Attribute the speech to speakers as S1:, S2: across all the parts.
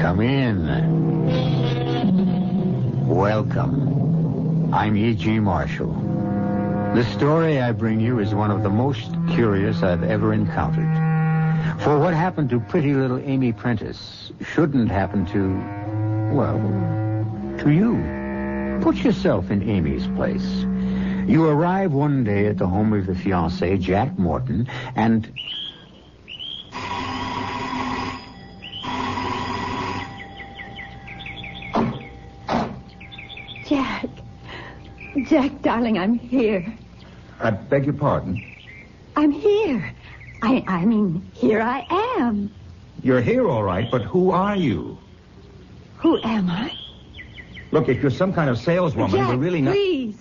S1: Come in. Welcome. I'm E.G. Marshall. The story I bring you is one of the most curious I've ever encountered. For what happened to pretty little Amy Prentice shouldn't happen to, well, to you. Put yourself in Amy's place. You arrive one day at the home of the fiancé, Jack Morton, and
S2: Jack. Jack, darling, I'm here.
S1: I beg your pardon.
S2: I'm here. I, I mean, here I am.
S1: You're here, all right, but who are you?
S2: Who am I?
S1: Look, if you're some kind of saleswoman,
S2: Jack,
S1: we're really not.
S2: please.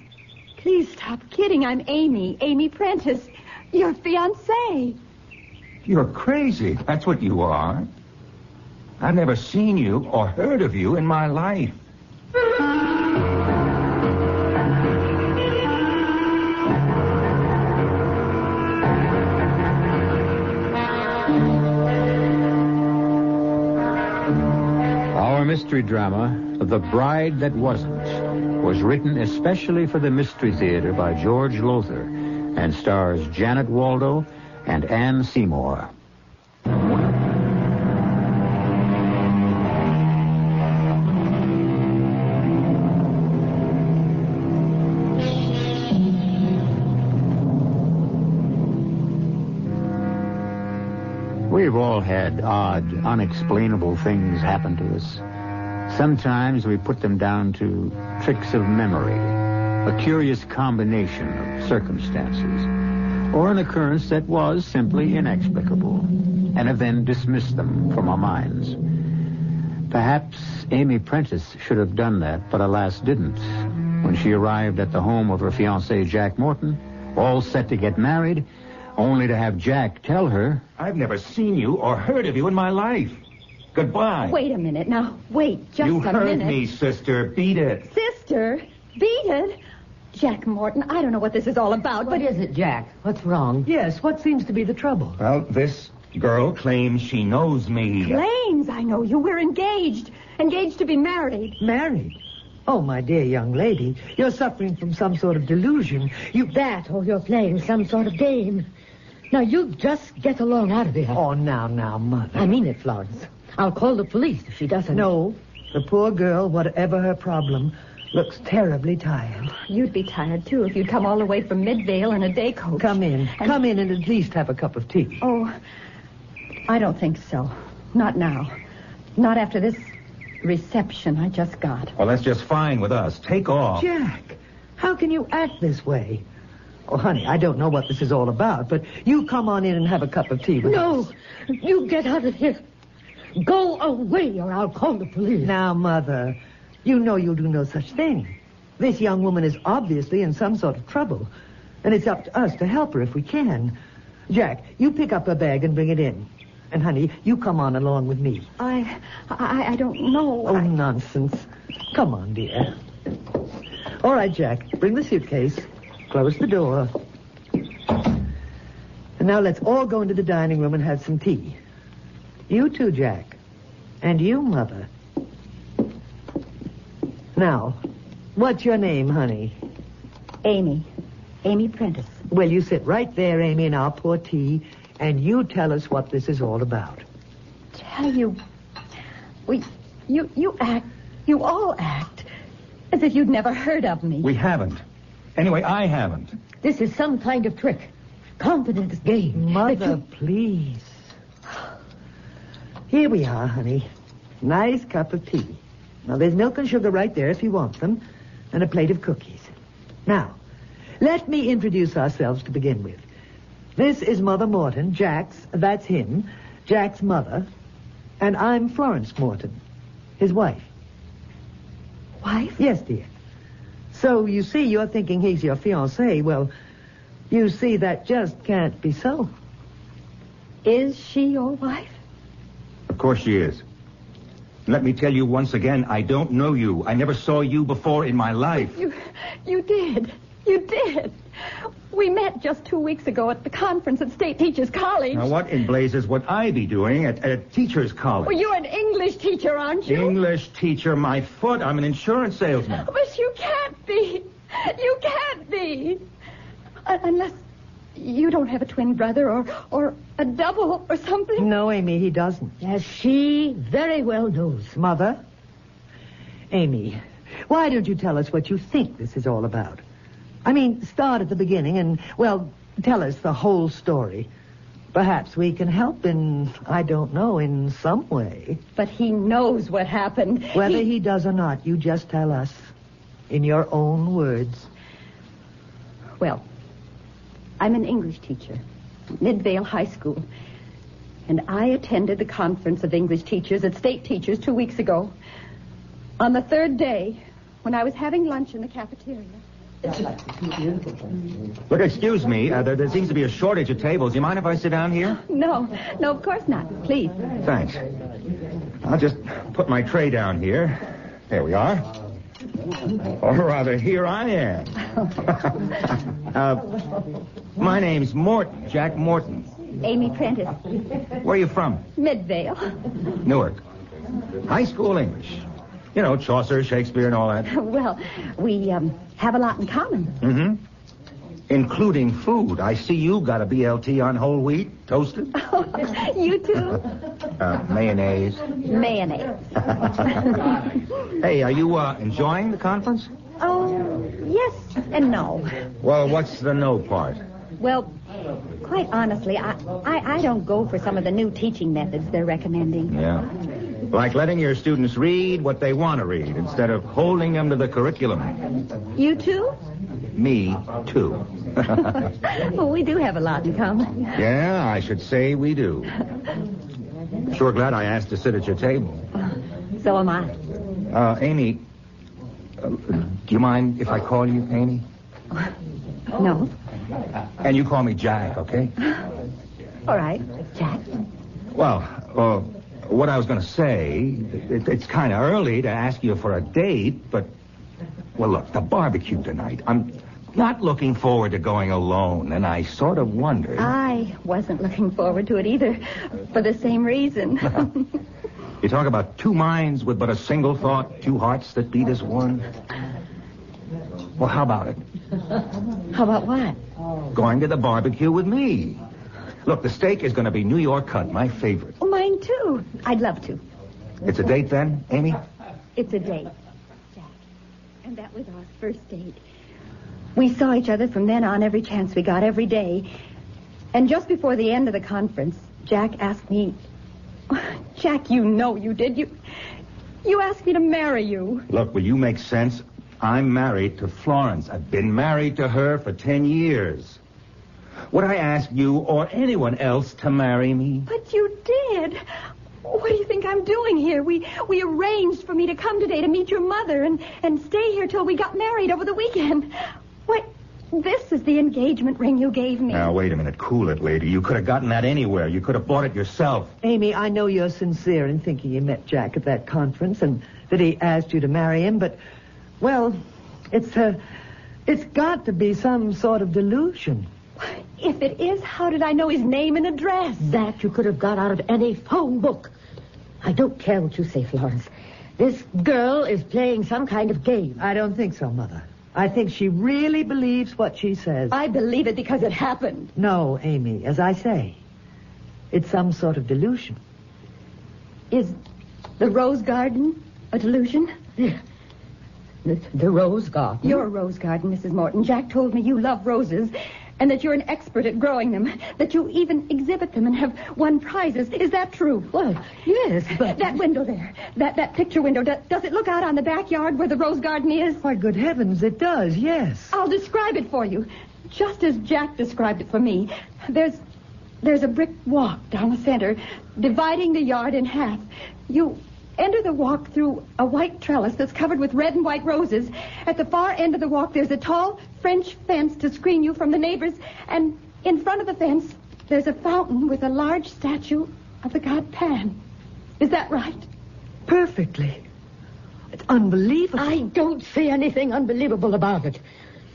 S2: Please stop kidding. I'm Amy. Amy Prentice. Your fiancée.
S1: You're crazy. That's what you are. I've never seen you or heard of you in my life. Our mystery drama, The Bride That Wasn't, was written especially for the Mystery Theater by George Lothar and stars Janet Waldo and Ann Seymour. We've all had odd, unexplainable things happen to us. Sometimes we put them down to tricks of memory, a curious combination of circumstances, or an occurrence that was simply inexplicable, and have then dismissed them from our minds. Perhaps Amy Prentice should have done that, but alas, didn't.
S3: When she arrived at the home of her fiancé, Jack Morton, all set to get married, only to have Jack tell her
S1: I've never seen you or heard of you in my life. Goodbye.
S4: Wait a minute now. Wait just
S1: you
S4: a
S1: heard
S4: minute.
S1: me, sister. Beat it.
S4: Sister, beat it. Jack Morton, I don't know what this is all about, but
S2: What is it, Jack? What's wrong? Yes, what seems to be the trouble?
S1: Well, this girl claims she knows me.
S4: claims I know you. We're engaged. Engaged to be married.
S2: Married. Oh, my dear young lady, you're suffering from some sort of delusion. You that, or you're playing some sort of game. Now you just get along out of here. Oh, now, now, mother. I mean it, Florence. I'll call the police if she doesn't. No, the poor girl, whatever her problem, looks terribly tired.
S4: You'd be tired, too, if you'd come all the way from Midvale in a day coach.
S2: Come in,
S4: And-
S2: come in, and at least have a cup of tea.
S4: Oh, I don't think so. Not now. Not after this reception I just got.
S1: Well, that's just fine with us. Take off.
S2: Jack, how can you act this way? Oh, honey, I don't know what this is all about, but you come on in and have a cup of tea with us. No, you get out of here. Go away or I'll call the police. Now, Mother, you know you'll do no such thing. This young woman is obviously in some sort of trouble, and it's up to us to help her if we can. Jack, you pick up her bag and bring it in. And, honey, you come on along with me.
S4: I, I, I don't know.
S2: Oh,
S4: I-
S2: nonsense. Come on, dear. All right, Jack. Bring the suitcase. Close the door. And now let's all go into the dining room and have some tea. You too, Jack. And you, Mother. Now, what's your name, honey?
S4: Amy. Amy Prentice.
S2: Well, you sit right there, Amy, and I'll pour tea, and you tell us what this is all about.
S4: Tell you, we, you, you act, you all act as if you'd never heard of me.
S1: We haven't. Anyway, I haven't.
S2: This is some kind of trick. Confidence game. Mother, please. Here we are, honey. Nice cup of tea. Now, there's milk and sugar right there if you want them, and a plate of cookies. Now, let me introduce ourselves to begin with. This is Mother Morton, Jack's, that's him, Jack's mother, and I'm Florence Morton, his wife.
S4: Wife?
S2: Yes, dear. So you see, you're thinking he's your fiancé. Well, you see, that just can't be so.
S4: Is she your wife?
S1: Of course she is. Let me tell you once again, I don't know you. I never saw you before in my life.
S4: You, you did. You did. We met just two weeks ago at the conference at State Teachers College.
S1: Now, what in blazes would I be doing at, at a teacher's college?
S4: Well, you're an English teacher, aren't you?
S1: English teacher, my foot. I'm an insurance salesman.
S4: But you can't be. You can't be. Uh, unless you don't have a twin brother or, or a double or something.
S2: No, Amy, he doesn't. Yes, she very well knows. Mother? Amy, why don't you tell us what you think this is all about? I mean, start at the beginning and, well, tell us the whole story. Perhaps we can help in, I don't know, in some way.
S4: But he knows what happened.
S2: Whether he does or not, you just tell us in your own words.
S4: Well, I'm an English teacher, Midvale High School. And I attended the conference of English teachers at State Teachers two weeks ago. On the third day, when I was having lunch in the cafeteria.
S1: Look, excuse me. Uh, there, there seems to be a shortage of tables. You mind if I sit down here?
S4: No, no, of course not. Please.
S1: Thanks. I'll just put my tray down here. There we are. Or rather, here I am. uh, my name's Morton, Jack Morton.
S4: Amy Prentice,
S1: Where are you from?
S4: Midvale.
S1: Newark. High school English. You know, Chaucer, Shakespeare, and all that.
S4: Well, we um, have a lot in common.
S1: Including food. I see you got a BLT on whole wheat, toasted,
S4: you too?
S1: uh, mayonnaise.
S4: Mayonnaise.
S1: Hey, are you uh, enjoying the conference?
S4: Oh, yes and no.
S1: Well, what's the no part?
S4: Well, quite honestly, I, I, I don't go for some of the new teaching methods they're recommending.
S1: Yeah. Like letting your students read what they want to read instead of holding them to the curriculum.
S4: You too?
S1: Me, too.
S4: Well, we do have a lot in common.
S1: yeah, I should say we do. Sure glad I asked to sit at your table.
S4: So am I.
S1: Uh, Amy, Uh, do you mind if I call you Amy?
S4: No.
S1: And you call me Jack, okay?
S4: All right, Jack.
S1: Well, uh, what I was going to say, it, it's kind of early to ask you for a date, but, well, look, the barbecue tonight. I'm not looking forward to going alone, and I sort of wondered.
S2: Uh.
S4: I wasn't looking forward to it either, for the same reason.
S1: You talk about two minds with but a single thought, two hearts that beat as one. Well, how about it?
S4: How about what?
S1: Going to the barbecue with me. Look, the steak is going to be New York cut, my favorite.
S4: Oh, mine too. I'd love to.
S1: It's a date then, Amy?
S4: It's a date, Jack. And that was our first date. We saw each other from then on every chance we got, every day. And just before the end of the conference, Jack asked me. Jack, you know you did. You, you asked me to marry you.
S1: Look, will you make sense? I'm married to Florence. I've been married to her for ten years. Would I ask you or anyone else to marry me?
S4: But you did. What do you think I'm doing here? We we arranged for me to come today to meet your mother and, and stay here till we got married over the weekend. What? This is the engagement ring you gave me.
S1: Now, wait a minute. Cool it, lady. You could have gotten that anywhere. You could have bought it yourself.
S2: Amy, I know you're sincere in thinking you met Jack at that conference and that he asked you to marry him, but, well, it's, uh, it's got to be some sort of delusion.
S4: If it is, how did I know his name and address?
S5: That you could have got out of any phone book. I don't care what you say, Florence. This girl is playing some kind of game.
S2: I don't think so, Mother. I think she really believes what she says.
S4: I believe it because it happened.
S2: No, Amy, as I say, it's some sort of delusion.
S4: Is the rose garden a delusion?
S5: The, the rose garden.
S4: You're a rose garden, Mrs. Morton. Jack told me you love roses and that you're an expert at growing them, that you even exhibit them and have won prizes. Is that true?
S5: Well, yes, but...
S4: That window there, that, that picture window, do, does it look out on the backyard where the rose garden is?
S2: Why, good heavens, it does, yes.
S4: I'll describe it for you, just as Jack described it for me. There's, there's a brick walk down the center, dividing the yard in half. You enter the walk through a white trellis that's covered with red and white roses. At the far end of the walk, there's a tall French fence to screen you from the neighbors, and in front of the fence, there's a fountain with a large statue of the god Pan. Is that right?
S2: Perfectly. It's unbelievable.
S5: I don't see anything unbelievable about it.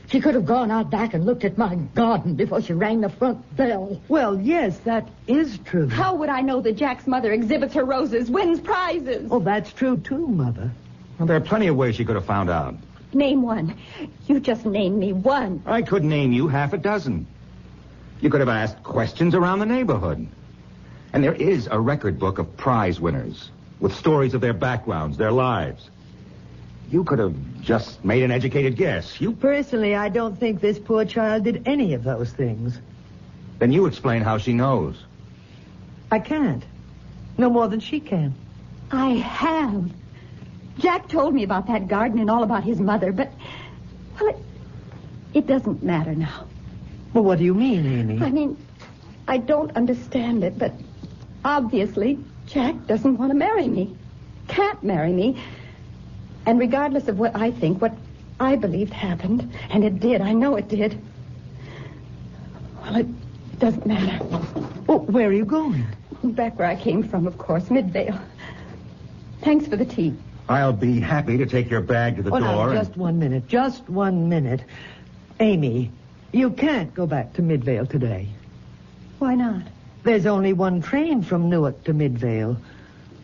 S5: She could have gone out back and looked at my garden before she rang the front bell.
S2: Well, yes, that is true.
S4: How would I know that Jack's mother exhibits her roses, wins prizes?
S2: Oh, that's true, too, Mother.
S1: Well, there are plenty of ways you could have found out.
S4: Name one. You just name me one.
S1: I could name you half a dozen. You could have asked questions around the neighborhood. And there is a record book of prize winners with stories of their backgrounds, their lives. You could have just made an educated guess. You
S2: Personally, I don't think this poor child did any of those things.
S1: then you explain how she knows.
S2: I can't. No more than she can.
S4: I have. Jack told me about that garden and all about his mother, but well, it, it doesn't matter now.
S2: Well, what do you mean, Amy?
S4: I mean, I don't understand it, but obviously Jack doesn't want to marry me. Can't marry me. And regardless of what I think, what I believed happened, and it did, I know it did. Well, it doesn't matter.
S2: Well, where are you going?
S4: Back where I came from, of course, Midvale. Thanks for the tea.
S1: I'll be happy to take your bag to the
S2: Oh,
S1: door.
S2: now,
S1: and-
S2: just one minute. Just one minute. Amy, you can't go back to Midvale today.
S4: Why not?
S2: There's only one train from Newark to Midvale.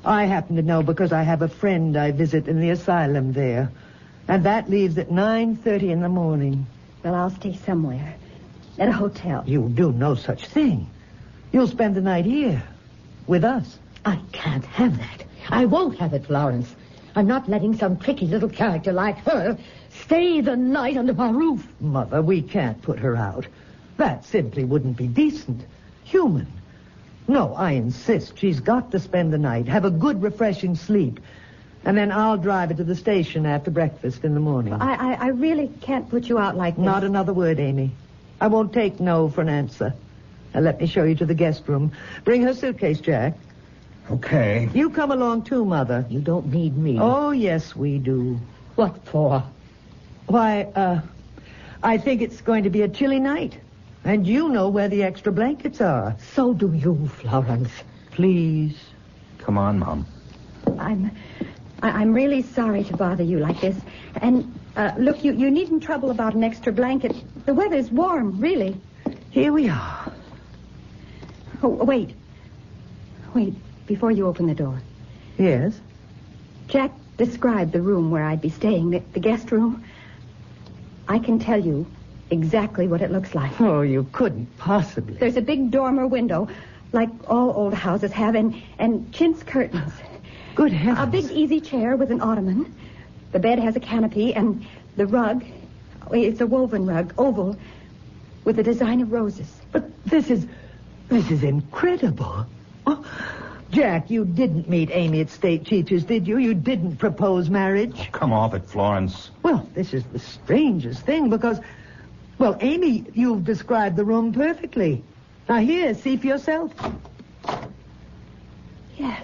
S2: I happen to know because I have a friend I visit in the asylum there. And that leaves at 9.30 in the morning.
S4: Well, I'll stay somewhere. At a hotel.
S2: You do no such thing. You'll spend the night here with us.
S5: I can't have that. I won't have it, Florence. I'm not letting some tricky little character like her stay the night under my roof.
S2: Mother, we can't put her out. That simply wouldn't be decent, human. No, I insist. She's got to spend the night, have a good, refreshing sleep, and then I'll drive her to the station after breakfast in the morning.
S4: I, I, I really can't put you out like this.
S2: Not another word, Amy. I won't take no for an answer. Now let me show you to the guest room. Bring her suitcase, Jack.
S1: Okay.
S2: You come along too, Mother.
S5: You don't need me.
S2: Oh, yes, we do.
S5: What for?
S2: Why, uh, I think it's going to be a chilly night. And you know where the extra blankets are.
S5: So do you, Florence.
S2: Please.
S1: Come on, Mom.
S4: I'm, I- I'm really sorry to bother you like this. And uh, look, you, you needn't trouble about an extra blanket. The weather's warm, really.
S2: Here we are.
S4: Oh, wait. Wait, before you open the door.
S2: Yes.
S4: Jack described the room where I'd be staying, the, the guest room. I can tell you exactly what it looks like.
S2: Oh, you couldn't possibly.
S4: There's a big dormer window, like all old houses have, and, and chintz curtains.
S2: Good
S4: A
S2: heavens.
S4: big easy chair with an ottoman. The bed has a canopy, and the rug, oh, it's a woven rug, oval, with a design of roses.
S2: But this is, this is incredible. Oh, Jack, you didn't meet Amy at State Teachers, did you? You didn't propose marriage.
S1: Come off it, Florence.
S2: Well, this is the strangest thing because, well, Amy, you've described the room perfectly. Now here, see for yourself.
S4: Yes.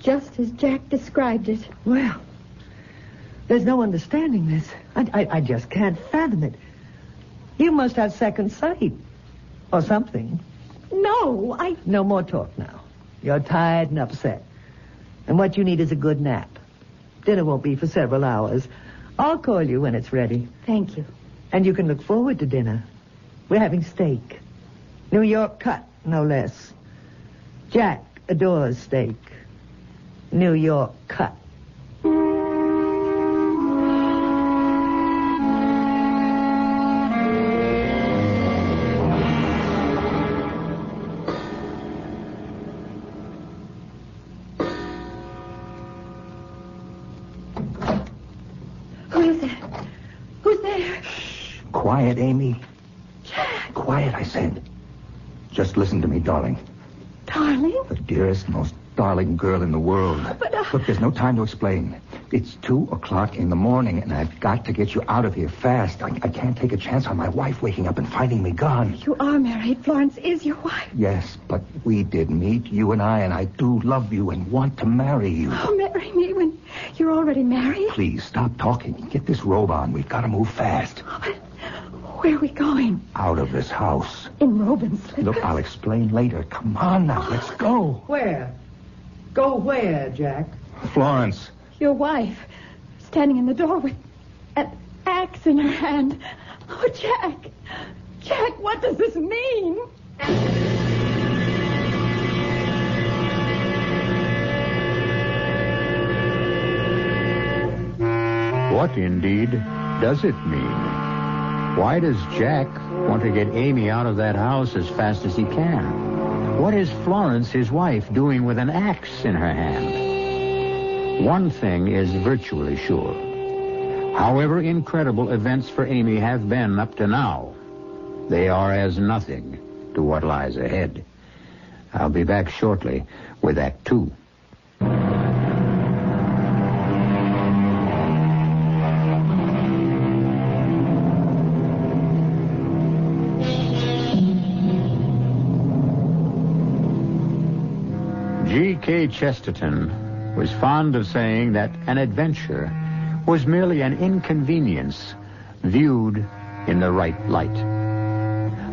S4: Just as Jack described it.
S2: Well, there's no understanding this. I, I, I just can't fathom it. You must have second sight or something.
S4: No, I.
S2: No more talk now. You're tired and upset. And what you need is a good nap. Dinner won't be for several hours. I'll call you when it's ready.
S4: Thank you.
S2: And you can look forward to dinner. We're having steak. New York cut, no less. Jack adores steak. New York cut.
S4: Who is there? Who's there?
S1: Quiet, Amy. Quiet, I said. Just listen to me, darling.
S4: Darling?
S1: The dearest, most darling girl in the world.
S4: But, uh,
S1: Look, there's no time to explain. It's two o'clock in the morning, and I've got to get you out of here fast. I, I can't take a chance on my wife waking up and finding me gone.
S4: You are married. Florence is your wife.
S1: Yes, but we did meet, you and I, and I do love you and want to marry you.
S4: Oh, marry me when you're already married?
S1: Please stop talking. Get this robe on. We've got to move fast.
S4: Where are we going?
S1: Out of this house.
S4: In Robin's slippers.
S1: Look, I'll explain later. Come on now, let's go.
S2: Where? Go where, Jack?
S1: Florence.
S4: Your wife, standing in the door with an axe in her hand. Oh, Jack! Jack, what does this mean?
S3: What indeed does it mean? Why does Jack want to get Amy out of that house as fast as he can? What is Florence, his wife, doing with an axe in her hand? One thing is virtually sure. However incredible events for Amy have been up to now, they are as nothing to what lies ahead. I'll be back shortly with Act Two. G.K. Chesterton was fond of saying that an adventure was merely an inconvenience viewed in the right light.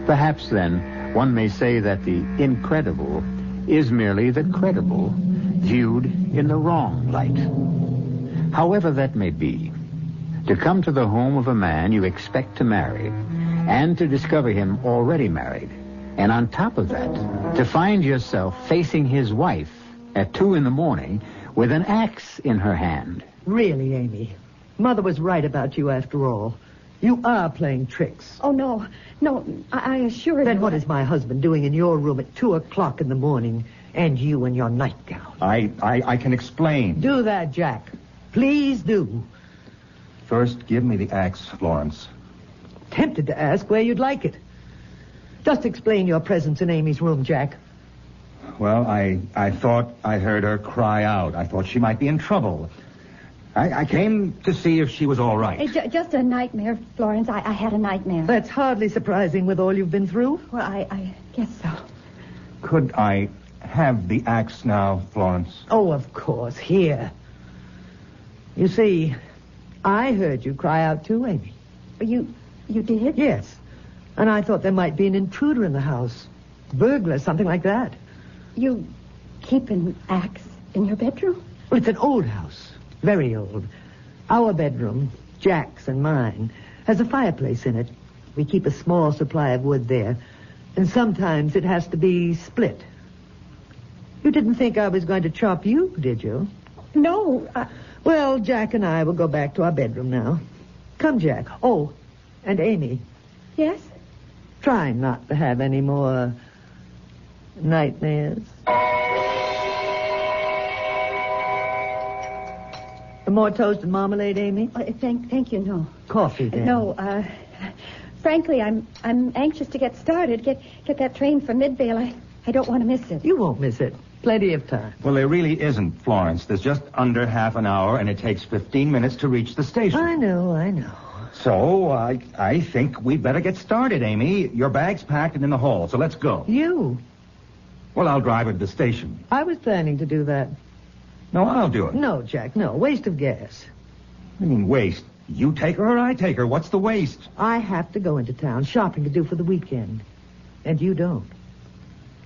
S3: Perhaps then one may say that the incredible is merely the credible viewed in the wrong light. However that may be, to come to the home of a man you expect to marry and to discover him already married. And on top of that, to find yourself facing his wife at two in the morning with an axe in her hand.
S2: Really, Amy, Mother was right about you after all. You are playing tricks.
S4: Oh, no. No, I, I assure you.
S2: Then what is my husband doing in your room at two o'clock in the morning and you in your nightgown?
S1: I, I, I can explain.
S2: Do that, Jack. Please do.
S1: First, give me the axe, Florence.
S2: Tempted to ask where you'd like it. Just explain your presence in Amy's room, Jack.
S1: Well, I, I thought I heard her cry out. I thought she might be in trouble. I, I came to see if she was all
S4: It's
S1: right.
S4: ju- just a nightmare, Florence. I, I had a nightmare.
S2: That's hardly surprising with all you've been through.
S4: well, I, I guess so.
S1: Could I have the axe now, Florence?
S2: Oh, of course, here. You see, I heard you cry out too, Amy. You, you did? Yes. And I thought there might be an intruder in the house. Burglar, something like that. You keep an axe in your bedroom? Well, it's an old house. Very old. Our bedroom, Jack's and mine, has a fireplace in it. We keep a small supply of wood there. And sometimes it has to be split. You didn't think I was going to chop you, did you? No. Well, Jack and I will go back to our bedroom now. Come, Jack. Oh, and Amy. Yes? Try not to have any more nightmares. More toast and marmalade, Amy?
S4: Oh, eh, thank, thank you, no.
S2: Coffee, then.
S4: No, uh, frankly, I'm I'm anxious to get started. Get get that train for Midvale. I, I don't want to miss it.
S2: You won't miss it. Plenty of time.
S1: Well, there really isn't, Florence. There's just under half an hour, and it takes 15 minutes to reach the station.
S2: I know, I know.
S1: So I, I think we'd better get started, Amy. Your bag's packed and in the hall, so let's go.
S2: You?
S1: Well, I'll drive her to the station.
S2: I was planning to do that.
S1: No, I'll do it.
S2: No, Jack, no. Waste of gas.
S1: I mean, waste. You take her or I take her. What's the waste?
S2: I have to go into town, shopping to do for the weekend. And you don't.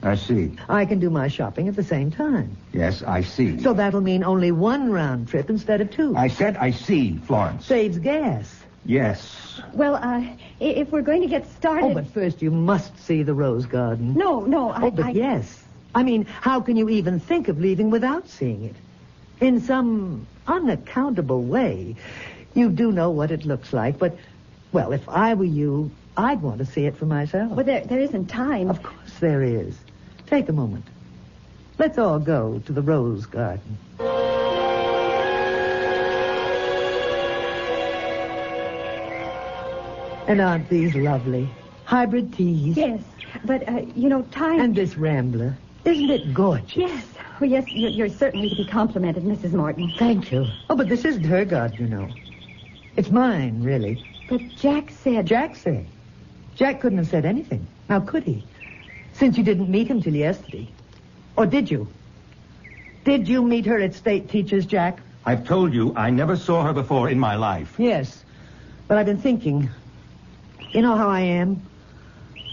S1: I see.
S2: I can do my shopping at the same time.
S1: Yes, I see.
S2: So that'll mean only one round trip instead of two.
S1: I said I see, Florence.
S2: Saves gas.
S1: Yes.
S4: Well, uh, i- if we're going to get started.
S2: Oh, but first you must see the rose garden.
S4: No, no, I.
S2: oh, but
S4: I-
S2: yes. I mean, how can you even think of leaving without seeing it? In some unaccountable way. You do know what it looks like, but, well, if I were you, I'd want to see it for myself.
S4: Well, there, there isn't time.
S2: Of course there is. Take a moment. Let's all go to the rose garden. And aren't these lovely? Hybrid teas.
S4: Yes, but, uh, you know, time.
S2: And this rambler. Isn't it gorgeous?
S4: Yes. Well, yes, you're, you're certainly to be complimented, Mrs. Morton.
S2: Thank you. Oh, but this isn't her garden, you know. It's mine, really.
S4: But Jack said.
S2: Jack said. Jack couldn't have said anything. Now, could he? Since you didn't meet him till yesterday. Or did you? Did you meet her at state teachers, Jack?
S1: I've told you I never saw her before in my life.
S2: Yes. But I've been thinking. You know how I am.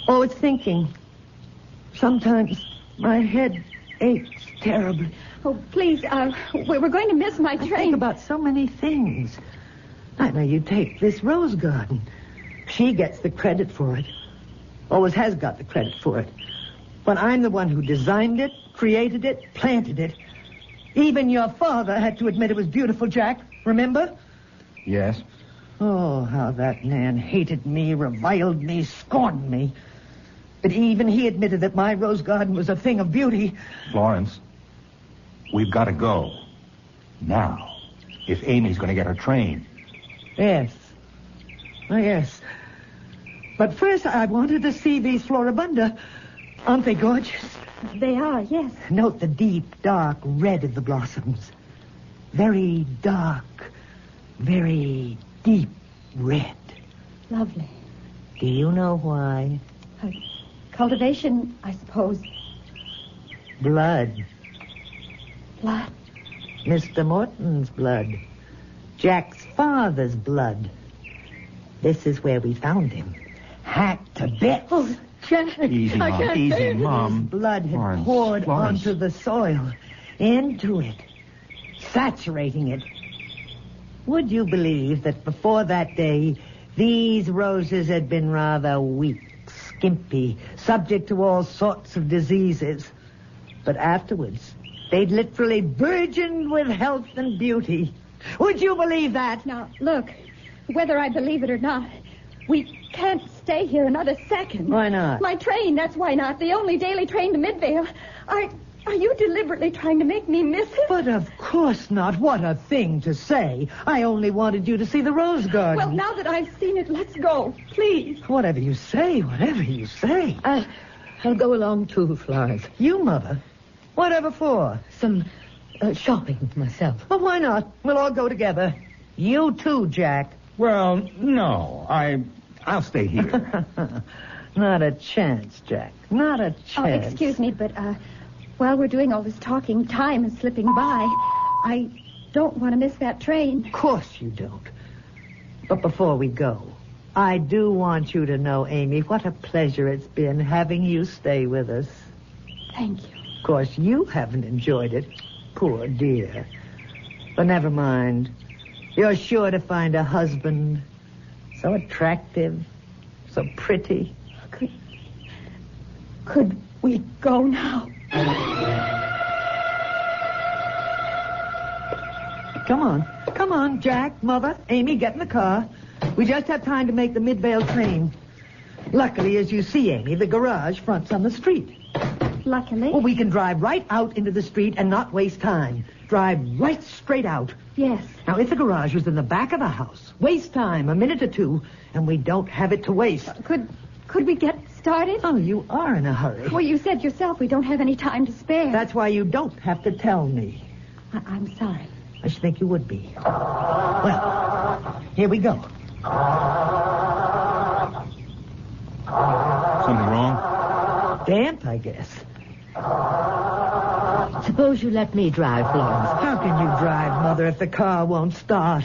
S2: Always thinking. Sometimes my head aches terribly.
S4: Oh, please, uh, we- we're going to miss my
S2: I think
S4: train.
S2: about so many things. I know you take this rose garden. She gets the credit for it. Always has got the credit for it. But I'm the one who designed it, created it, planted it. Even your father had to admit it was beautiful, Jack. Remember?
S1: Yes.
S2: Oh, how that man hated me, reviled me, scorned me. But even he admitted that my rose garden was a thing of beauty.
S1: Florence, we've got to go. Now. If Amy's going to get her train.
S2: Yes. Oh, yes. But first, I wanted to see these floribunda. Aren't they gorgeous?
S4: They are, yes.
S2: Note the deep, dark red of the blossoms. Very dark, very deep red.
S4: Lovely.
S2: Do you know why?
S4: Uh, cultivation, I suppose.
S2: Blood.
S4: Blood.
S2: Mr. Morton's blood. Jack's father's blood. This is where we found him. Hacked to bits.
S4: Oh,
S5: Jack,
S1: Easy,
S5: I
S1: Mom.
S5: can't
S1: Easy,
S5: bear this.
S1: Mom.
S2: blood had
S1: Florence,
S2: poured
S1: Florence.
S2: onto the soil, into it, saturating it. Would you believe that before that day, these roses had been rather weak, skimpy, subject to all sorts of diseases? But afterwards, they'd literally burgeoned with health and beauty. Would you believe that?
S4: Now, look, whether I believe it or not, we can't stay here another second.
S2: Why not?
S4: My train, that's why not. The only daily train to Midvale. Are, are you deliberately trying to make me miss it?
S2: But of course not. What a thing to say. I only wanted you to see the rose garden.
S4: Well, now that I've seen it, let's go, please.
S2: Whatever you say, whatever you say.
S5: I, I'll go along too, Florence.
S2: You, Mother? Whatever for?
S5: Some uh, shopping myself.
S2: Well, why not? We'll all go together. You too, Jack.
S1: Well, no. I, I'll stay here.
S2: Not a chance, Jack. Not a
S4: Oh,
S2: chance.
S4: excuse me, but uh, while we're doing all this talking, time is slipping by. I don't want to miss that train.
S2: Of course you don't. But before we go, I do want you to know, Amy, what a pleasure it's been having you stay with us.
S6: Thank
S2: you. Of course, you haven't enjoyed it. Poor dear. But never mind. You're sure to find a husband so attractive, so pretty.
S6: Could, could we go now?
S2: Come on. Come on, Jack, Mother, Amy, get in the car. We just have time to make the Midvale train. Luckily, as you see, Amy, the garage fronts on the street.
S6: Luckily.
S2: Well, we can drive right out into the street and not waste time. Drive right straight out.
S6: Yes.
S2: Now, if the garage was in the back of the house, waste time, a minute or two, and we don't have it to waste.
S6: Uh, Could could we get started?
S2: Oh, you are in a hurry.
S6: Well, you said yourself we don't have any time to spare.
S2: That's why you don't have to tell me.
S6: I, I'm sorry.
S2: I should think you would be. Well, here we go.
S4: Something wrong?
S2: Damp, I guess.
S7: Suppose you let me drive, Florence.
S2: How can you drive, Mother, if the car won't start?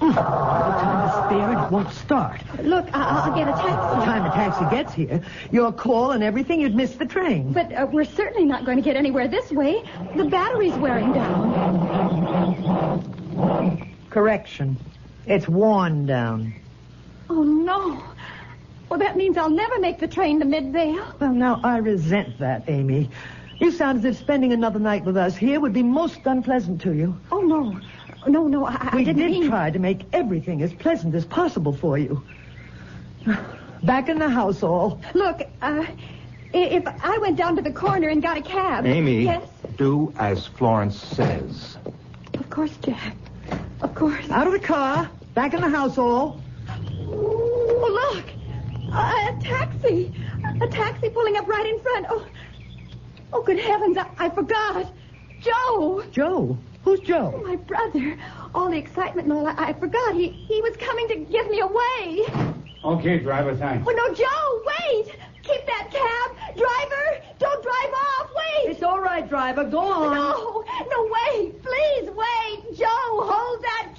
S2: Mm. No time to spare, and it won't start.
S6: Look, I, I'll get a
S2: By the
S6: taxi.
S2: time the taxi gets here, your call and everything, you'd miss the train.
S6: But uh, we're certainly not going to get anywhere this way. The battery's wearing down.
S2: Correction. It's worn down.
S6: Oh, no. Well, that means I'll never make the train to Midvale.
S2: Well, now, I resent that, Amy. You sound as if spending another night with us here would be most unpleasant to you.
S6: Oh, no. No, no, I, I
S2: We
S6: didn't
S2: did
S6: mean...
S2: try to make everything as pleasant as possible for you. Back in the house, all.
S6: Look, uh, i- if I went down to the corner and got a cab...
S4: Amy,
S6: Yes,
S4: do as Florence says.
S6: of course, Jack. Of course.
S2: Out of the car. Back in the house, all.
S6: Oh, look! A, a taxi! A taxi pulling up right in front. Oh, oh good heavens, I, I forgot. Joe! Oh,
S2: Joe. Who's Joe?
S6: My brother. All the excitement and all, I, I forgot. He, he was coming to give me away.
S1: Okay, driver, thanks.
S6: Oh, no, Joe, wait! Keep that cab! Driver, don't drive off! Wait!
S2: It's all right, driver. Go on.
S6: No, no, wait! Please wait! Joe, hold that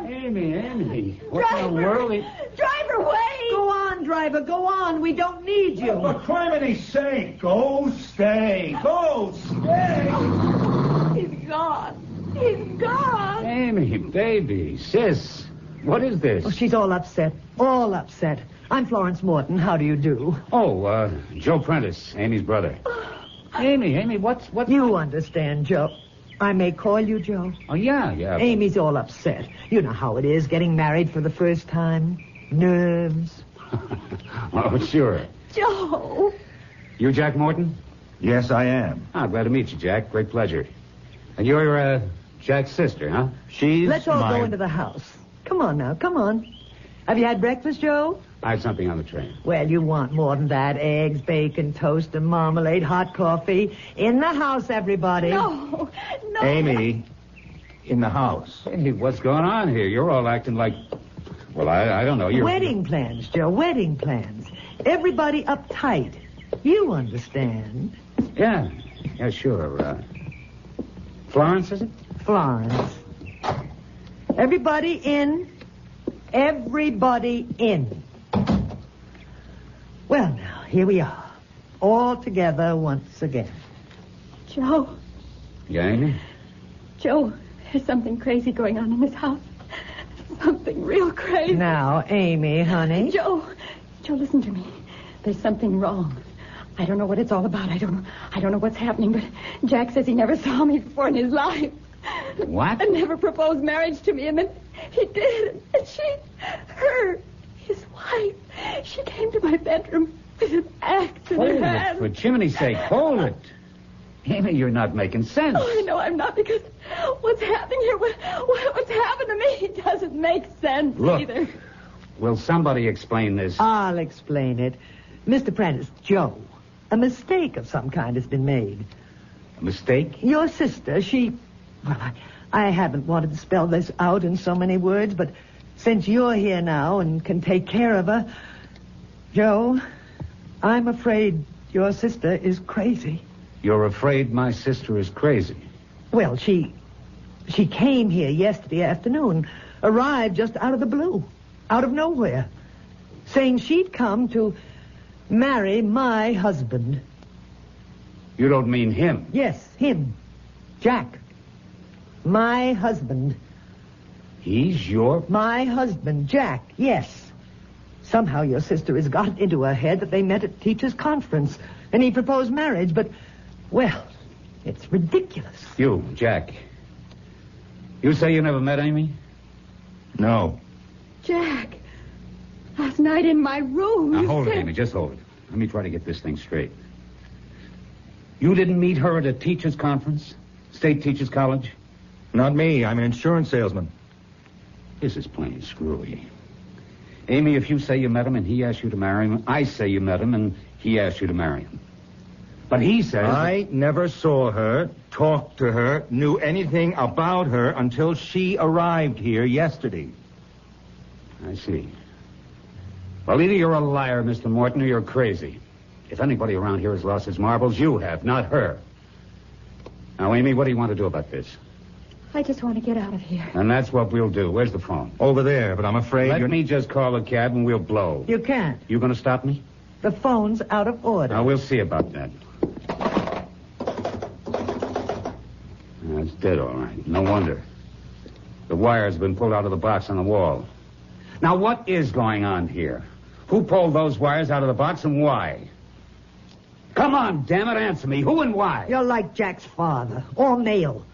S6: cab!
S1: Amy, Amy, what
S6: driver,
S1: in the world? Is...
S6: driver, wait!
S2: Go on, driver. Go on. We don't need you.
S1: For criminy sake, go stay, go stay.
S6: Oh, He's gone. He's gone.
S1: Amy, baby, sis, what is
S2: Oh,
S1: this?
S2: she's all upset. All upset. I'm Florence Morton. How do you do?
S1: Oh, uh, Joe Prentice, Amy's brother.
S2: Oh,
S1: Amy, Amy, what's what?
S2: You understand, Joe. I may call you Joe.
S1: Oh yeah, yeah.
S2: Amy's all upset. You know how it is getting married for the first time. Nerves.
S1: oh sure.
S6: Joe.
S1: You Jack Morton?
S4: Yes, I am.
S1: Ah, glad to meet you, Jack. Great pleasure. And you're uh, Jack's sister, huh?
S4: She's
S2: Let's all
S4: my-
S2: go into the house. Come on now. Come on. Have you had breakfast, Joe?
S1: I had something on the train.
S2: Well, you want more than that. Eggs, bacon, toast, and marmalade, hot coffee. In the house, everybody.
S6: No, no.
S4: Amy, in the house.
S1: Hey, what's going on here? You're all acting like, well, I, I don't know. You're
S2: Wedding plans, Joe. Wedding plans. Everybody uptight. You understand.
S1: Yeah, yeah, sure. Uh, Florence, is it?
S2: Florence. Everybody in. Everybody in. Well, now, here we are. All together once again.
S6: Joe,
S1: Yeah, Amy.
S6: Joe, there's something crazy going on in this house. Something real crazy.
S2: Now, Amy, honey.
S6: Joe, Joe, listen to me. There's something wrong. I don't know what it's all about. I don't know. I don't know what's happening. But Jack says he never saw me before in his life.
S1: What?
S2: Uh,
S6: And never proposed marriage to me, and then he did. And she, her, his wife, she came to my bedroom with an axe in
S1: Hold
S6: her
S1: it,
S6: hand.
S1: for chimney's sake, hold it. Amy, you're not making sense.
S6: Oh, I know I'm not because what's happening here, what, what- what's happened to me, doesn't make sense
S1: Look.
S6: either.
S1: Will somebody explain this?
S2: I'll explain it. Mr. Prentice, Joe, a mistake of some kind has been made.
S1: Mistake?
S2: Your sister, she. Well, I, I haven't wanted to spell this out in so many words, but since you're here now and can take care of her. Joe, I'm afraid your sister is crazy.
S1: You're afraid my sister is crazy.
S2: Well, she. She came here yesterday afternoon arrived just out of the blue, out of nowhere, saying she'd come to marry my husband.
S1: You don't mean him.
S2: Yes, him. Jack. My husband.
S1: He's your.
S2: My husband, Jack, yes. Somehow your sister has got it into her head that they met at teacher's conference and he proposed marriage, but, well, it's ridiculous.
S1: You, Jack. You say you never met Amy? No.
S8: Jack, last night in my room,
S1: Now
S8: you
S1: hold
S8: said...
S1: it, Amy. Just hold it. Let me try to get this thing straight. You didn't meet her at a teachers' conference? State Teachers College?
S9: Not me. I'm an insurance salesman.
S1: This is plain screwy. Amy, if you say you met him and he asked you to marry him, I say you met him and he asked you to marry him. But he says.
S9: I never saw her, talked to her, knew anything about her until she arrived here yesterday.
S1: I see. Well, either you're a liar, Mr. Morton, or you're crazy. If anybody around here has lost his marbles, you have, not her. Now, Amy, what do you want to do about this?
S8: I just want to get out of here.
S1: And that's what we'll do. Where's the phone?
S9: Over there, but I'm afraid
S1: Let
S9: you're...
S1: me just call a cab and we'll blow.
S2: You can't.
S1: You gonna stop me?
S2: The phone's out of order.
S1: Now, we'll see about that. That's dead, all right. No wonder. The wire's been pulled out of the box on the wall. Now, what is going on here? Who pulled those wires out of the box and why? Come on, damn it, answer me. Who and why?
S2: You're like Jack's father, all male.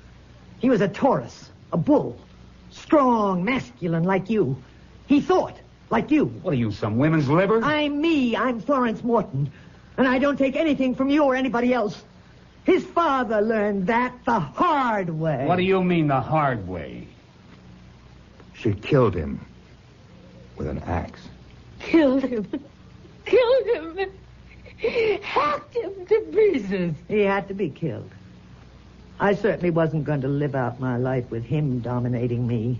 S2: He was a Taurus, a bull, strong, masculine like you. He thought like you.
S1: What are you, some women's liver?
S2: I'm me. I'm Florence Morton, and I don't take anything from you or anybody else. His father learned that the hard way.
S1: What do you mean the hard way?
S9: She killed him with an axe.
S4: Killed him. Killed him. Hacked him to pieces.
S2: He had to be killed. I certainly wasn't going to live out my life with him dominating me.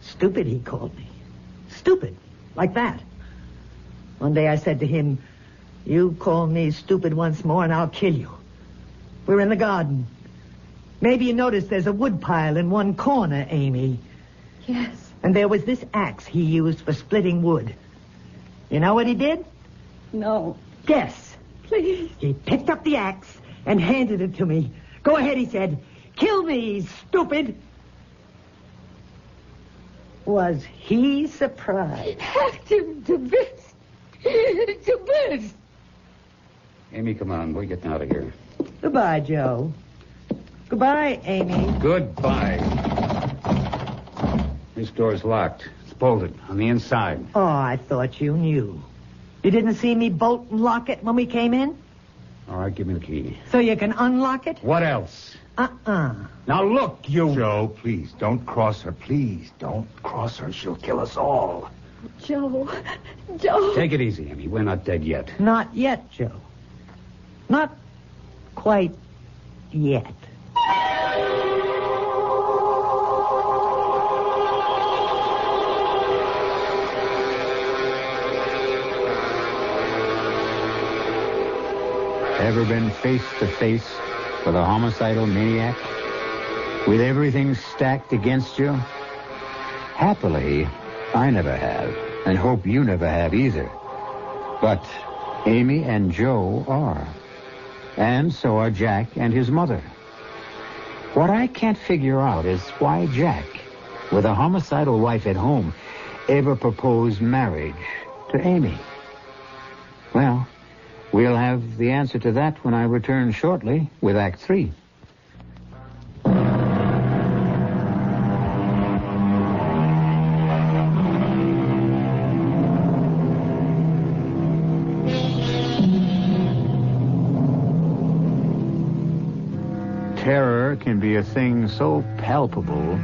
S2: Stupid, he called me. Stupid. Like that. One day I said to him, You call me stupid once more and I'll kill you. We're in the garden. Maybe you noticed there's a woodpile in one corner, Amy.
S8: Yes.
S2: And there was this axe he used for splitting wood. You know what he did?
S8: No.
S2: Guess.
S8: Please.
S2: He picked up the axe and handed it to me. Go ahead, he said. Kill me, stupid. Was he surprised?
S4: Hacked him to bits. to bits.
S1: Amy, come on. We're getting out of here.
S2: Goodbye, Joe. Goodbye, Amy.
S1: Goodbye. This door's locked. It's bolted on the inside.
S2: Oh, I thought you knew. You didn't see me bolt and lock it when we came in?
S1: All right, give me the key.
S2: So you can unlock it?
S1: What else?
S2: Uh-uh.
S1: Now look, you.
S9: Joe, please, don't cross her. Please, don't cross her. She'll kill us all.
S8: Joe. Joe.
S1: Take it easy, Amy. We're not dead yet.
S2: Not yet, Joe. Not quite yet.
S10: Ever been face to face with a homicidal maniac? With everything stacked against you? Happily, I never have, and hope you never have either. But Amy and Joe are. And so are Jack and his mother. What I can't figure out is why Jack, with a homicidal wife at home, ever proposed marriage to Amy. Well, we'll have the answer to that when I return shortly with Act Three. Terror can be a thing so palpable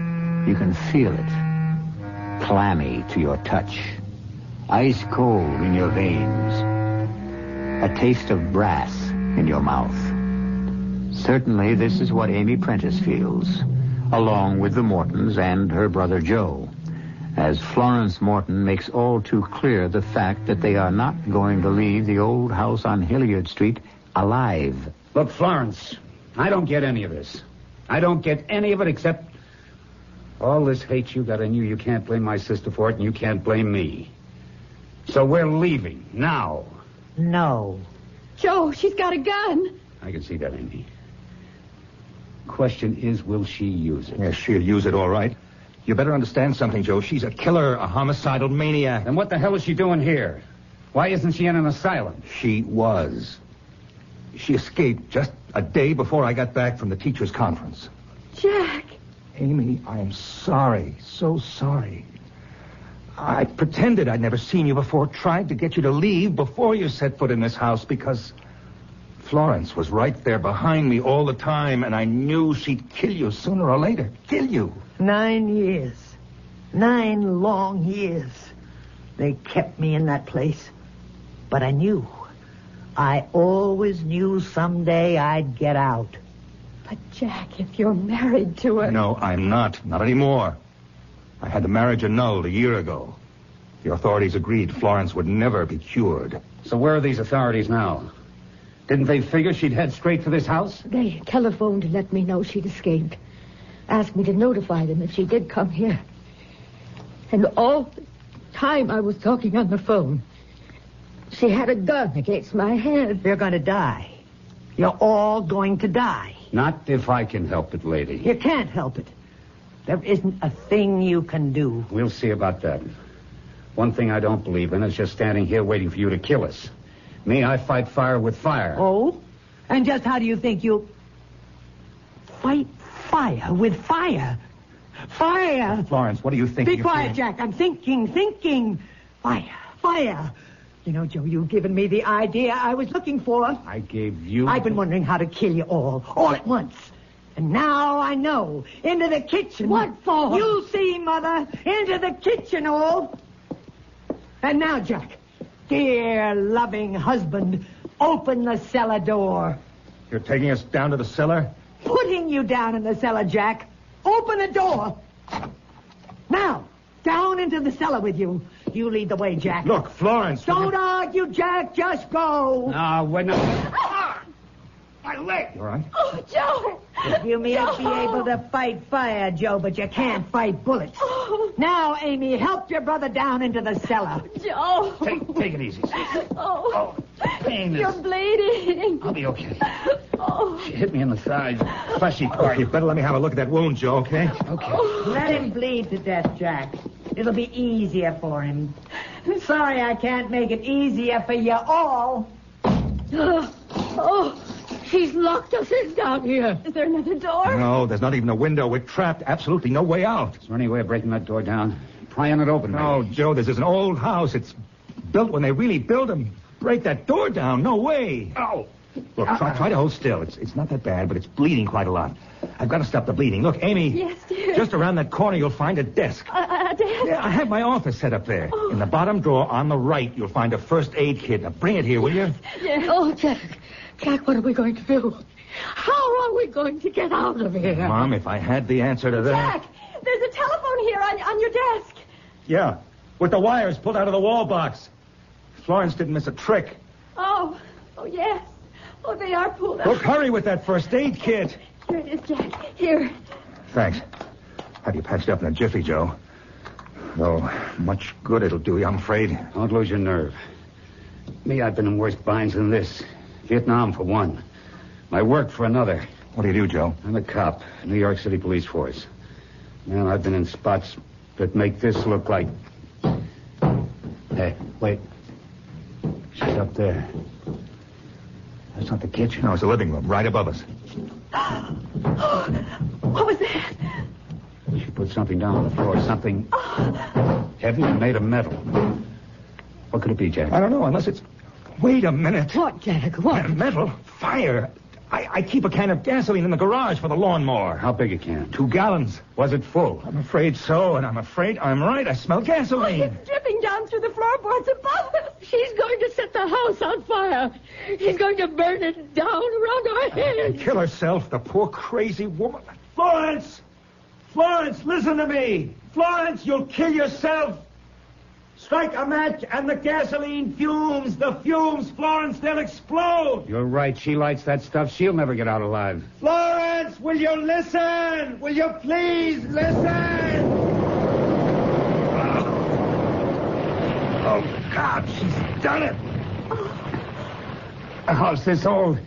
S10: you can feel it. Clammy to your touch. Ice cold in your veins. A taste of brass in your mouth. Certainly this is what Amy Prentice feels, along with the Mortons and her brother Joe, as Florence Morton makes all too clear the fact that they are not going to leave the old house on Hilliard Street alive.
S1: Look, Florence, I don't get any of this. I don't get any of it except.
S11: All this hate you got in you, you can't blame my sister for it, and you can't blame me. So we're leaving now.
S2: No.
S4: Joe, she's got a gun.
S11: I can see that, Amy. Question is, will she use it?
S1: Yes, she'll use it all right. You better understand something, Joe. She's a killer, a homicidal maniac.
S11: And what the hell is she doing here? Why isn't she in an asylum?
S1: She was. She escaped just a day before I got back from the teachers' conference.
S4: Jack.
S1: Amy, I am sorry, so sorry. I pretended I'd never seen you before, tried to get you to leave before you set foot in this house because Florence was right there behind me all the time, and I knew she'd kill you sooner or later. Kill you.
S2: Nine years. Nine long years. They kept me in that place. But I knew. I always knew someday I'd get out.
S4: But, Jack, if you're married to her.
S1: No, I'm not. Not anymore. I had the marriage annulled a year ago. The authorities agreed Florence would never be cured.
S11: So where are these authorities now? Didn't they figure she'd head straight for this house?
S5: They telephoned to let me know she'd escaped. Asked me to notify them if she did come here. And all the time I was talking on the phone, she had a gun against my head.
S2: You're going to die. You're all going to die.
S11: Not if I can help it, lady.
S2: You can't help it. There isn't a thing you can do.
S11: We'll see about that. One thing I don't believe in is just standing here waiting for you to kill us. Me, I fight fire with fire.
S2: Oh? And just how do you think you fight fire with fire? Fire!
S1: Florence, what do you think?
S2: Be
S1: you're
S2: quiet,
S1: doing?
S2: Jack. I'm thinking, thinking. Fire, fire. You know, Joe, you've given me the idea I was looking for.
S11: I gave you.
S2: I've been wondering how to kill you all, all at once. And now I know. Into the kitchen.
S5: What for?
S2: You'll see, Mother. Into the kitchen, all. And now, Jack, dear loving husband, open the cellar door.
S1: You're taking us down to the cellar?
S2: Putting you down in the cellar, Jack. Open the door. Now, down into the cellar with you. You lead the way, Jack.
S1: Look, Florence. will you-
S2: Don't argue, Jack. Just go.
S11: No, we're not.
S12: My leg!
S1: You all right?
S4: Oh, Joe.
S2: You may be able to fight fire, Joe, but you can't fight bullets.
S4: Oh,
S2: Now, Amy, help your brother down into the cellar.
S4: Joe.
S11: Take, take it easy.
S4: Oh.
S11: pain is-
S4: You're bleeding.
S11: I'll be okay.
S4: Oh.
S11: She hit me in the side, fleshy
S1: All right,
S11: part.
S1: you better let me have a look at that wound, Joe, okay?
S2: Let him bleed to death, Jack. It'll be easier for him. Sorry I can't make it easier for you all.
S5: Oh, she's locked us in down here.
S4: Is there another door?
S1: No, there's not even a window. We're trapped. Absolutely no way out.
S11: Is there any way of breaking that door down? Prying it open.
S1: No,
S11: maybe.
S1: Joe, this is an old house. It's built when they really built them. Break that door down. No way.
S11: Oh.
S1: Look, try, try to hold still. It's, it's not that bad, but it's bleeding quite a lot. I've got to stop the bleeding. Look, Amy.
S4: Yes, dear.
S1: Just around that corner, you'll find a desk.
S4: Uh, uh, Dad.
S1: Yeah, I have my office set up there.
S4: Oh.
S1: In the bottom drawer on the right, you'll find a first aid kit. Now, bring it here, will you?
S5: Oh, Jack. Jack, what are we going to do? How are we going to get out of here?
S1: Mom, if I had the answer to that.
S4: Jack, there's a telephone here on, on your desk.
S1: Yeah, with the wires pulled out of the wall box. Florence didn't miss a trick.
S4: Oh, oh yes. Oh, they are pulled up.
S1: Look, hurry with that first aid kit.
S4: Here it is, Jack. Here.
S1: Thanks. Have you patched up in a jiffy, Joe? Though, much good it'll do you, I'm afraid.
S11: Don't lose your nerve. Me, I've been in worse binds than this. Vietnam for one. My work for another.
S1: What do you do, Joe?
S11: I'm a cop, New York City Police Force. Man, I've been in spots that make this look like. Hey, wait. She's up there. That's not the kitchen.
S1: No, it's the living room, right above us.
S4: What was that?
S11: She put something down on the floor. Something heavy and made of metal. What could it be, Jack?
S1: I don't know, unless it's. Wait a minute.
S5: What, Jack? What?
S1: Metal? Fire? I, I keep a can of gasoline in the garage for the lawnmower.
S11: How big a can?
S1: Two gallons.
S11: Was it full?
S1: I'm afraid so, and I'm afraid I'm right. I smell
S2: Oh,
S1: gasoline.
S4: It's dripping down through the floorboards above us.
S5: She's going to set the house on fire. She's going to burn it down around our
S1: And
S5: heads.
S1: kill herself, the poor crazy woman. Florence! Florence, listen to me! Florence, you'll kill yourself!
S13: Strike a match and the gasoline fumes. The fumes, Florence, they'll explode.
S1: You're right. She lights that stuff. She'll never get out alive.
S13: Florence, will you listen? Will you please listen?
S1: Oh, God, she's done it. The house, this old.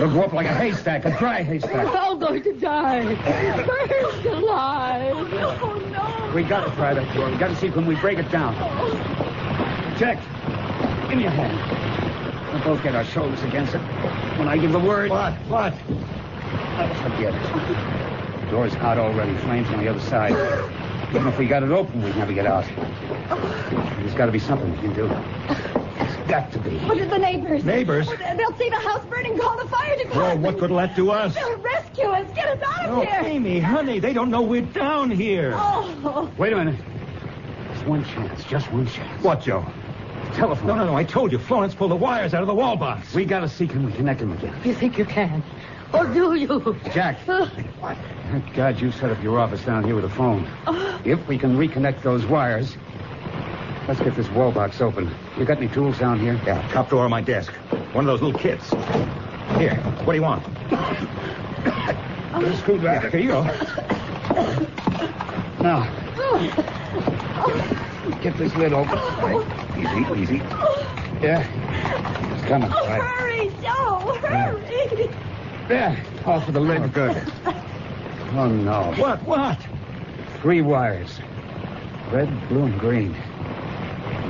S1: It'll go up like a haystack, a dry
S4: We're
S1: haystack.
S4: all going to die. Burned alive. Oh,
S1: We got to pry that door. We got to see if when we break it down. Jack, give me your hand. We'll both get our shoulders against it. When I give the word. What? What? I'll forget it. Door's out already. Flames on the other side. Even if we got it open, we'd never get out. There's got to be something we can do. There's got to be.
S2: What did the neighbors?
S11: Neighbors?
S2: Oh, They'll see the house burning. Call the fire
S11: Well,
S2: department.
S11: what good will that do us?
S2: They'll rescue us. Get us out of
S11: Oh,
S2: here.
S11: Amy, honey, they don't know we're down here.
S2: Oh.
S1: Wait a minute. There's one chance, just one chance.
S11: What, Joe?
S1: Telephone.
S11: No, no, no. I told you, Florence pulled the wires out of the wall box.
S1: We got to see can we connect them again.
S4: You think you can? Or do
S2: Oh,
S4: you?
S1: Jack.
S4: What?
S1: Thank God you set up your office down here with a phone. If we can reconnect those wires, let's get this wall box open. You got any tools down here?
S11: Yeah, top drawer of my desk. One of those little kits. Here, what do you want?
S1: There's a screwdriver.
S11: Here you go.
S1: Now, get this lid open. All right. Easy, easy. Yeah. It's coming. All right.
S2: Hurry, Joe. Hurry.
S1: There. Off with the lid. good. Oh, no.
S11: What, what?
S1: Three wires. Red, blue, and green.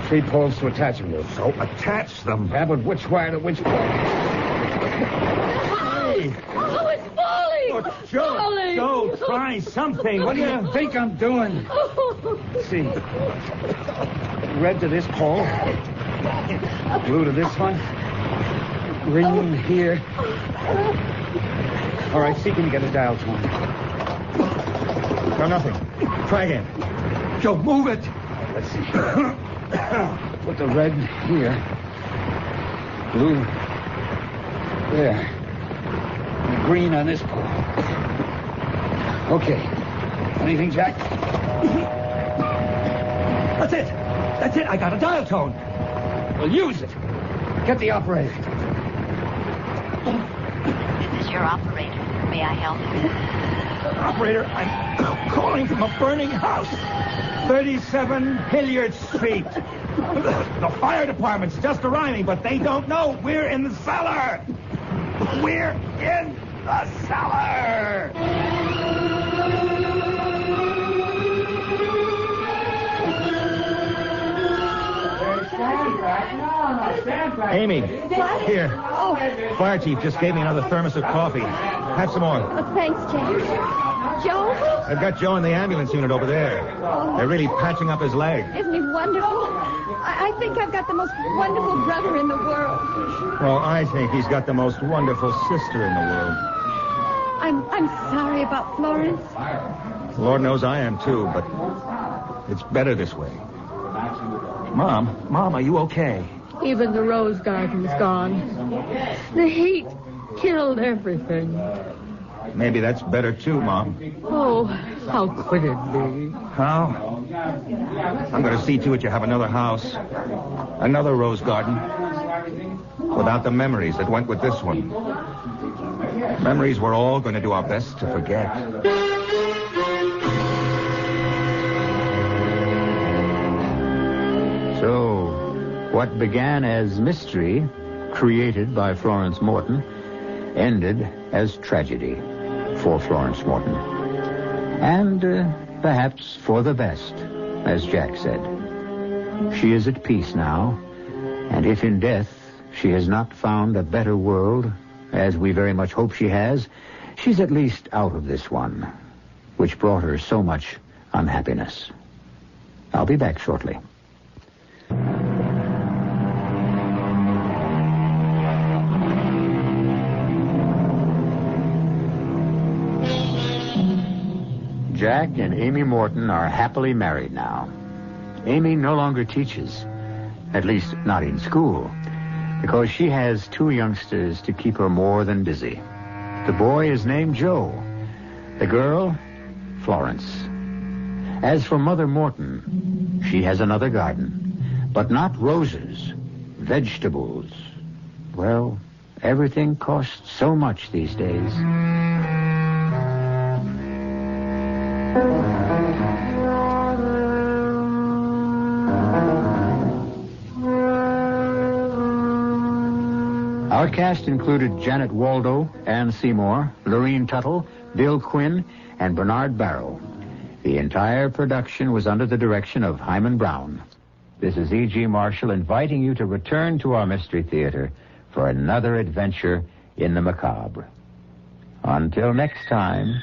S1: Three poles to attach them to.
S11: So attach them.
S1: Yeah, but which wire to which pole?
S2: Oh, it's falling.
S13: Look, Joe,
S2: Falling.
S13: Joe, try something.
S1: What do you think I'm doing?
S2: Oh.
S1: See. Red to this pole. Blue to this one. Green here. All right, see if you can get a dial tone.
S11: No, nothing. Try again. Joe, move it.
S1: Let's see. Put the red here. Blue there. And the green on this pole. Okay. Anything, Jack?
S11: That's it. That's it. I got a dial tone.
S1: We'll use it. Get the operator.
S14: This is your operator. May I help you?
S13: Operator, I'm calling from a burning house. 37 Hilliard Street. The fire department's just arriving, but they don't know we're in the cellar. We're in the cellar.
S11: Amy, here.
S2: Oh,
S11: Fire chief just gave me another thermos of coffee. Have some more.
S2: oh, thanks, Jack. Joe,
S11: I've got Joe in the ambulance unit over there. They're really patching up his leg.
S2: isn't he wonderful? I, I think I've got the most wonderful brother in the world.
S11: Well, I think he's got the most wonderful sister in the
S2: I'm I'm sorry about Florence.
S11: world. Lord knows I am too, but it's better this way. Mom, Mom, are you okay?
S4: Even the rose garden's gone. The heat killed everything.
S11: Maybe that's better too, Mom.
S4: Oh, how could it be?
S11: How? I'm going to see to it you have another house, another rose garden, without the memories that went with this one. Memories we're all going to do our best to forget.
S15: So, what began as mystery, created by Florence Morton, ended as tragedy for Florence Morton. And uh, perhaps for the best, as Jack said. She is at peace now, and if in death she has not found a better world, as we very much hope she has, she's at least out of this one, which brought her so much unhappiness. I'll be back shortly. Jack and Amy Morton are happily married now. Amy no longer teaches, at least not in school, because she has two youngsters to keep her more than busy. The boy is named Joe, the girl, Florence. As for Mother Morton, she has another garden,
S1: But not roses, vegetables. Well, everything costs so much these days. Our cast included Janet Waldo, Ann Seymour, Lorene Tuttle, Bill Quinn, and Bernard Barrow. The entire production was under the direction of Hyman Brown. This is E.G. Marshall inviting you to return to our Mystery Theater for another adventure in the macabre. Until next time,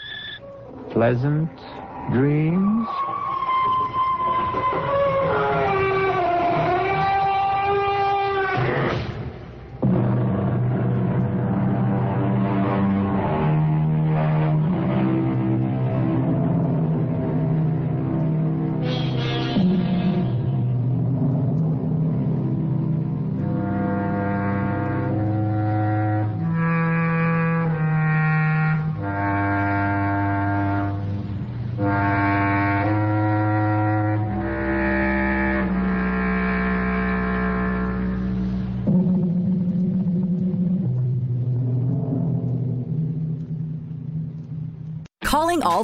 S1: pleasant dreams.
S16: Calling all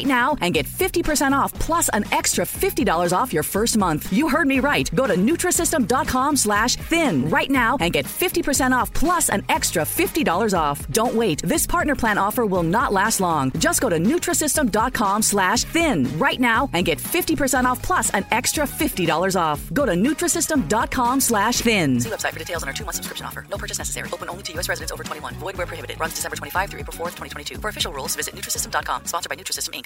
S16: now and get 50% off plus an extra $50 off your first month. You heard me right. Go to Nutrisystem.com slash thin right now and get 50% off plus an extra $50 off. Don't wait. This partner plan offer will not last long. Just go to Nutrisystem.com slash thin right now and get 50% off plus an extra $50 off. Go to Nutrisystem.com slash thin.
S17: See website for details on our two-month subscription offer. No purchase necessary. Open only to U.S. residents over 21. Void where prohibited. Runs December 25 through April 4th, 2022. For official rules, visit Nutrisystem.com. Sponsored by Nutrisystem, Inc.